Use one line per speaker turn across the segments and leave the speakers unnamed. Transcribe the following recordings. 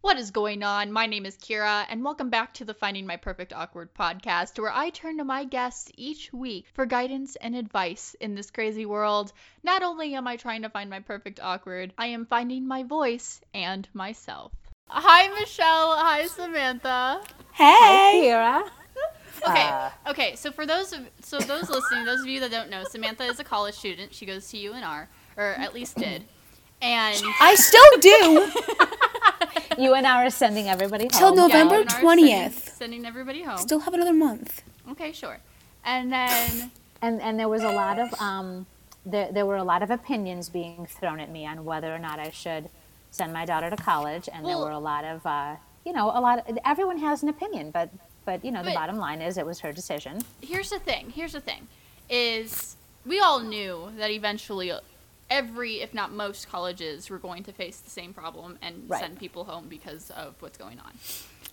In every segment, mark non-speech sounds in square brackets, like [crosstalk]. What is going on? My name is Kira, and welcome back to the Finding My Perfect Awkward podcast, where I turn to my guests each week for guidance and advice in this crazy world. Not only am I trying to find my perfect awkward, I am finding my voice and myself. Hi, Michelle. Hi, Samantha.
Hey.
Kira.
Okay, okay. So for those of so those listening, those of you that don't know, Samantha is a college student. She goes to UNR, or at least did, and
I still do
[laughs] You and I are sending everybody
Till
home.
November.
Yeah, UNR sending-
20th.
sending everybody home.
still have another month.
Okay, sure. And then
And and there was a lot of um there there were a lot of opinions being thrown at me on whether or not I should send my daughter to college and there
Well-
were a lot of uh, you know, a lot of, everyone has an opinion, but but you know, the
But-
bottom line is it was her decision.
here's the thing. Here's the thing. Is we all knew that eventually every, if not most, colleges were going to face the same problem and
Right.
send people home because of what's going on.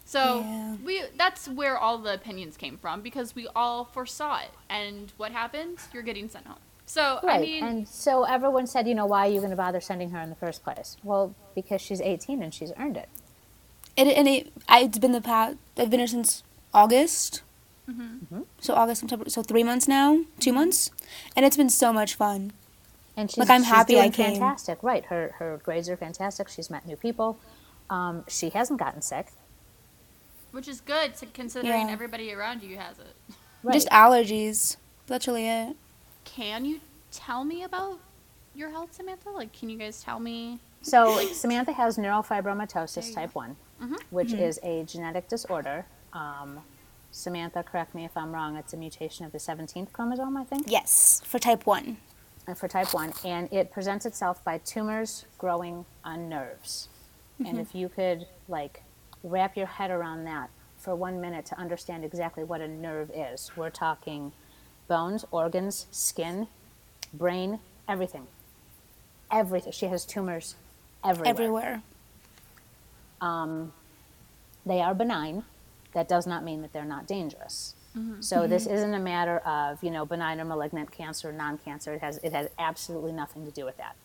So
Yeah.
we that's where all the opinions came from because we all foresaw it. And what happened? You're getting sent home. So I
Right.
mean,
and so everyone said, you know, why are you going to bother sending her in the first place? Well, because she's 18 and she's earned it.
It, and it, I, it's been the past. I've been here since August. Mm-hmm. So August, September, so three months now, two months, and it's been so much fun.
and she's,
Like, I'm
she's
happy I
doing
came.
fantastic right her her grades are fantastic she's met new people um, she hasn't gotten sick
which is good to- considering
Yeah.
everybody around you has it.
right
Just allergies. uh, That's really it.
Can you tell me about your health, Samantha? Like, can you guys tell me?
so samantha has neurofibromatosis
you
type 1
Mm-hmm.
which is a genetic disorder um, samantha correct me if i'm wrong it's a mutation of the 17th chromosome i think
Yes, for type one.
and uh, for type 1 and it presents itself by tumors growing on nerves and if you could like wrap your head around that for one minute to understand exactly what a nerve is we're talking bones organs skin brain everything everything she has tumors everywhere,
Everywhere.
they are benign that does not mean that they're not dangerous so this isn't a matter of you know benign or malignant cancer non-cancer it has it has absolutely nothing to do with that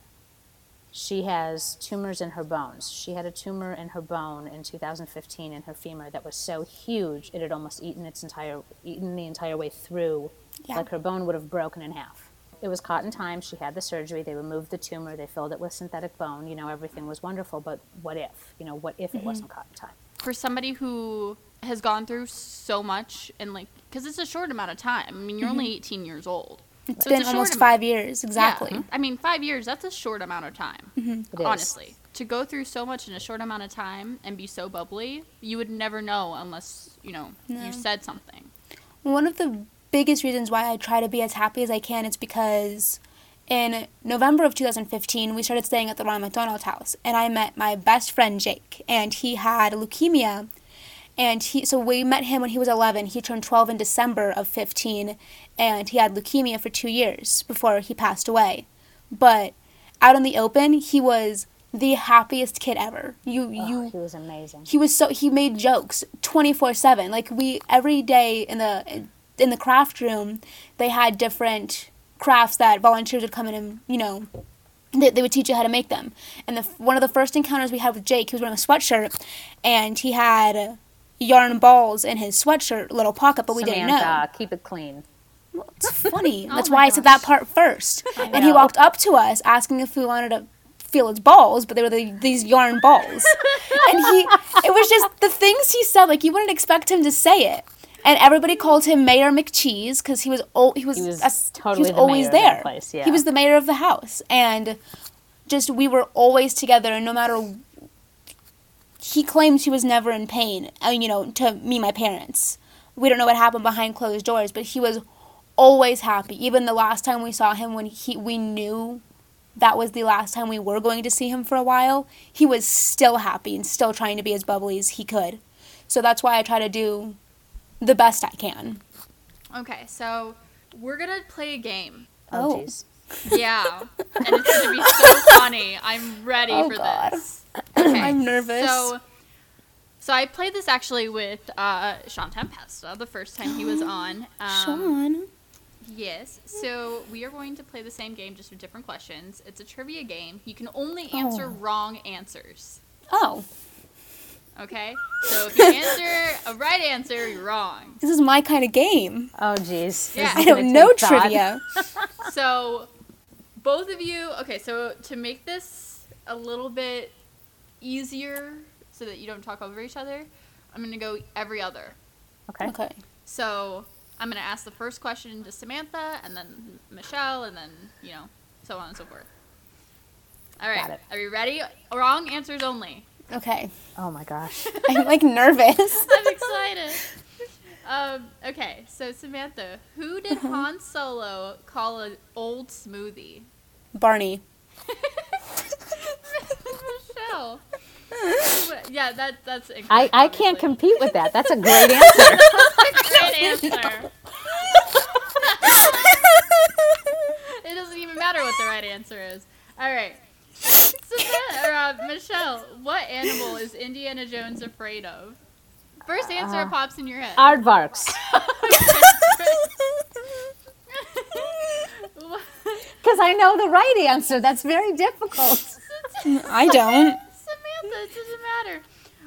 she has tumors in her bones she had a tumor in her bone in 2015 in her femur that was so huge it had almost eaten its entire eaten the entire way through
Yeah.
like her bone would have broken in half it was caught in time she had the surgery they removed the tumor they filled it with synthetic bone you know everything was wonderful but what if you know what if it wasn't caught in time
for somebody who has gone through so much and like because it's a short amount of time i mean you're only 18 years old
Mm-hmm. It's
So
been
a short
almost
amou-
five years
Yeah.
exactly. Mm-hmm.
i mean five years that's a short amount of time
It is.
honestly to go through so much in a short amount of time and be so bubbly you would never know unless you know
No.
you said something
One of the biggest reasons why I try to be as happy as I can is because in November of 2015, we started staying at the Ronald McDonald house, and I met my best friend Jake, and he had leukemia. And he, so we met him when he was 11. He turned 12 in December of 15, and he had leukemia for two years before he passed away. But out in the open, he was the happiest kid ever. You, you,
Oh, he was amazing.
he was so he made jokes 24/7 like we every day in the in the craft room they had different crafts that volunteers would come in and you know they, they would teach you how to make them and the f- one of the first encounters we had with Jake he was wearing a sweatshirt and he had yarn balls in his sweatshirt little pocket but we didn't know
Samantha, keep it clean.
it's funny. That's
my
why I said that part first. And he walked up to us asking if we wanted to feel his balls, but they were the, these yarn balls. and he, it was just the things he said. Like you wouldn't expect him to say it. And everybody called him Mayor McCheese because he was al- he was
He was
a s-
totally
he
the
was
mayor
always
of that
there.
place, yeah.
He was the mayor of the house, and just we were always together. And no matter he claims he was never in pain. uh, You know, to me, my parents. We don't know what happened behind closed doors, but he was always happy. Even the last time we saw him, when he we knew that was the last time we were going to see him for a while, he was still happy and still trying to be as bubbly as he could. So that's why I try to do the best I can.
okay so we're gonna play a game
Oh,
Oh.
jeez.
yeah and it's gonna be so funny i'm ready
Oh,
for
God.
this Okay,
[clears throat] I'm nervous.
So, so I played this actually with uh, Sean Tempesta the first time he was
[gasps]
on. Um,
Sean,
Yes. So we are going to play the same game, just with different questions. It's a trivia game. You can only answer wrong answers.
oh,
Okay? So if you answer a right answer, you're wrong.
This is my kind of game.
Oh, jeez.
Yeah.
I don't know trivia.
So both of you, okay, so to make this a little bit easier so that you don't talk over each other, I'm going to go every other.
Okay.
Okay.
So I'm going to ask the first question to Samantha and then Michelle and then, you know, so on and so forth. All
Got
right.
it.
Are you ready? Wrong answers only.
Okay.
Oh my gosh.
[laughs]
I'm like nervous.
I'm excited. Um, okay, so Samantha, who
[laughs]
did Han Solo call an old
[laughs]
smoothie? [laughs]
Barney. [laughs]
Michelle. yeah, that that's incorrect.
[laughs] I, I
obviously.
can't compete with that. That's a [laughs] great answer.
Great answer. It doesn't even matter what the right answer is. All right. Samantha, or, uh, Michelle, what animal is Indiana Jones afraid of? First answer
Uh,
pops in your head.
Aardvarks.
[laughs]
[laughs]
What-
Because I know the right answer. That's very difficult.
I don't.
Samantha, it doesn't matter.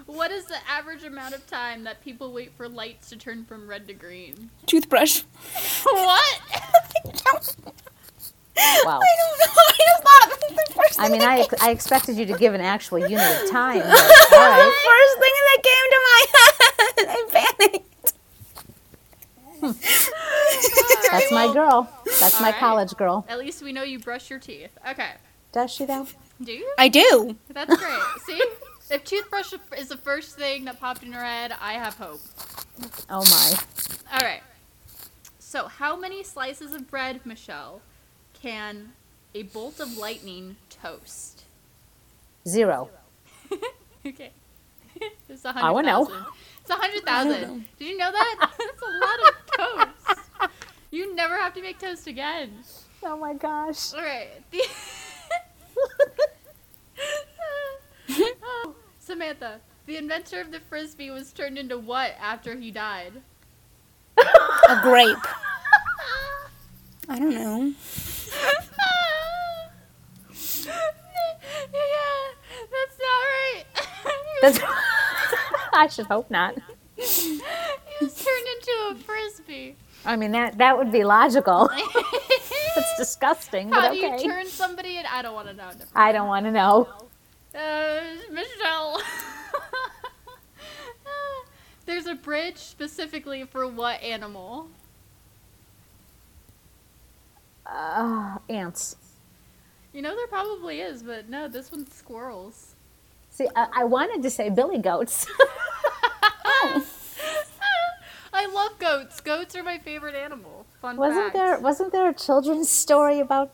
What is the average amount of time that people wait for lights to turn from red to green?
Toothbrush.
What?
Wow.
I don't know. [laughs] I just thought of it the first
I mean,
thing
I,
that
ex- I expected you to give an actual unit of time. but [laughs] all
[laughs] the
right.
first thing that came to my head. I panicked.
That's
[laughs]
my girl. That's my
All right.
college girl.
At least we know you brush your teeth. Okay.
Does she though?
Do you?
I do.
That's great. See? If toothbrush is the first thing that popped in your head, I have hope.
Oh my.
All right. So, how many slices of bread, Michelle, can a bolt of lightning toast? [laughs]
Zero.
Okay. it's a hundred thousand.
I wanna know.
It's a hundred thousand. Did you know that? That's a lot of toast. You never have to make toast again.
Oh my gosh.
All [laughs] right. The- Oh, Samantha, the inventor of the frisbee was turned into what after he died?
A grape. I don't know.
[laughs] yeah, that's not right. [laughs]
That's, [laughs] I should hope not.
he [laughs] was turned into a frisbee.
I mean, that, that would be logical. [laughs] That's disgusting,
[laughs] How
but
do you
okay.
turn somebody in? I don't want to know. Never
I don't want to know.
Uh, Michelle. [laughs] There's a bridge specifically for what animal?
Uh, ants.
You know, there probably is, but no, this one's squirrels. [laughs]
See, I, I wanted to say billy goats. [laughs]
I love goats. Goats are my favorite animal. Fun
wasn't
fact.
there? Wasn't there a children's story about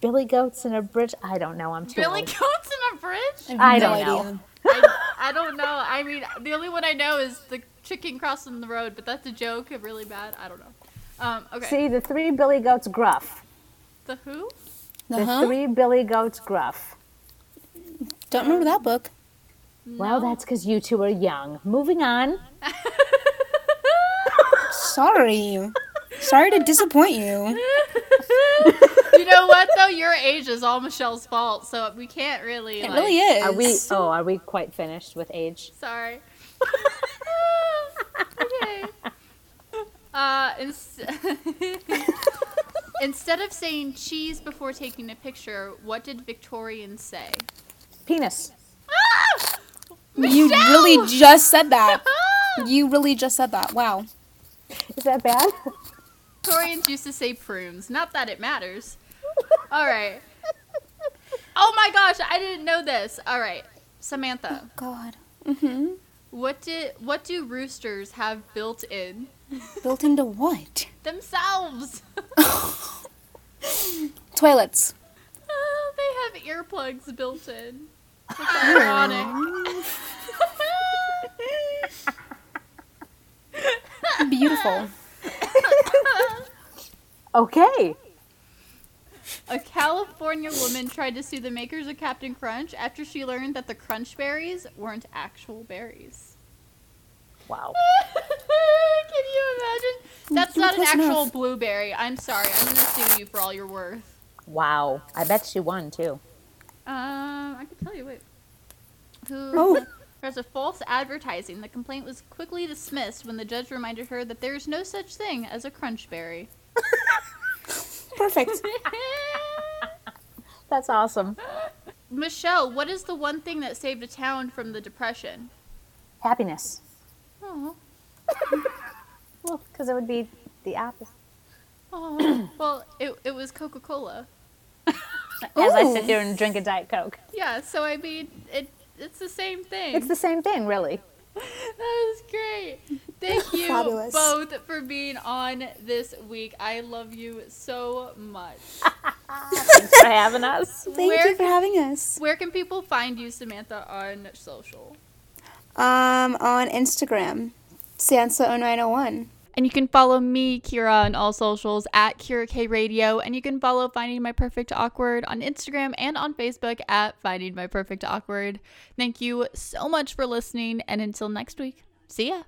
billy goats and a bridge? I don't know. I'm too [laughs]
Billy
old.
goats in a bridge?
I don't know.
I, I don't know. I mean, the only one I know is the chicken crossing the road, but that's a joke. and Really bad. I don't know. Um, okay.
See, the three billy goats gruff.
The who?
know.
The
Uh-huh.
three billy goats gruff.
Don't remember that book.
Well, that's because you two are young.
[laughs]
Moving on.
Sorry. Sorry to disappoint you.
[laughs] you
[laughs]
know what though? Your age is all Michelle's fault, so we can't really.
It
like,
really is.
Are we? Oh, are we quite finished with age?
Sorry. [laughs] okay. Uh, ins- [laughs] instead of saying cheese before taking a picture, what did Victorians say?
[laughs] Penis.
Ah! You really just said that. You really just said that. Wow.
Is that bad?
[laughs]
[laughs]
Victorians used to say prunes. Not that it matters. All right. Oh my gosh, I didn't know this. All right, Samantha,
God. Mm-hmm.
what did what do roosters have built in
Built into what?
themselves? [laughs]
[laughs] Toilets.
Oh, [laughs] they have earplugs built in.
[laughs]
It's ironic.
Beautiful.
Okay.
[laughs] A California woman tried to sue the makers of Captain Crunch after she learned that the crunch berries weren't actual berries. [laughs]
Wow.
Can you imagine? That's
Mm,
not an
close
actual
enough.
blueberry. I'm sorry. I'm gonna sue you for all your worth.
Wow. I bet she won too.
[laughs] Um, I can tell you. Wait. Who?
Oh.
charge of false advertising. The complaint was quickly dismissed when the judge reminded her that there is no such thing as a crunchberry.
Perfect.
That's awesome.
Michelle, what is the one thing that saved a town from the depression?
Happiness.
Oh,
Well, because it would be the opposite.
oh. [clears throat] well, it, it was Coca Cola.
As I
Ooh.
sit here and drink a Diet Coke.
Yeah, so I mean, it it's the same thing.
It's the same thing, [laughs] really.
[laughs] That was great.
[laughs]
Thank you
Fabulous.
both for being on this week. I love you so much.
Thanks [laughs] for having us.
Thank
Where-
you for having us.
Where can people find you, Samantha, on social?
Um, on Instagram, Sansa0901.
And you can follow me, Kira, on all socials at Kira K Radio. And you can follow Finding My Perfect Awkward on Instagram and on Facebook at Finding My Perfect Awkward. Thank you so much for listening. And until next week, see ya.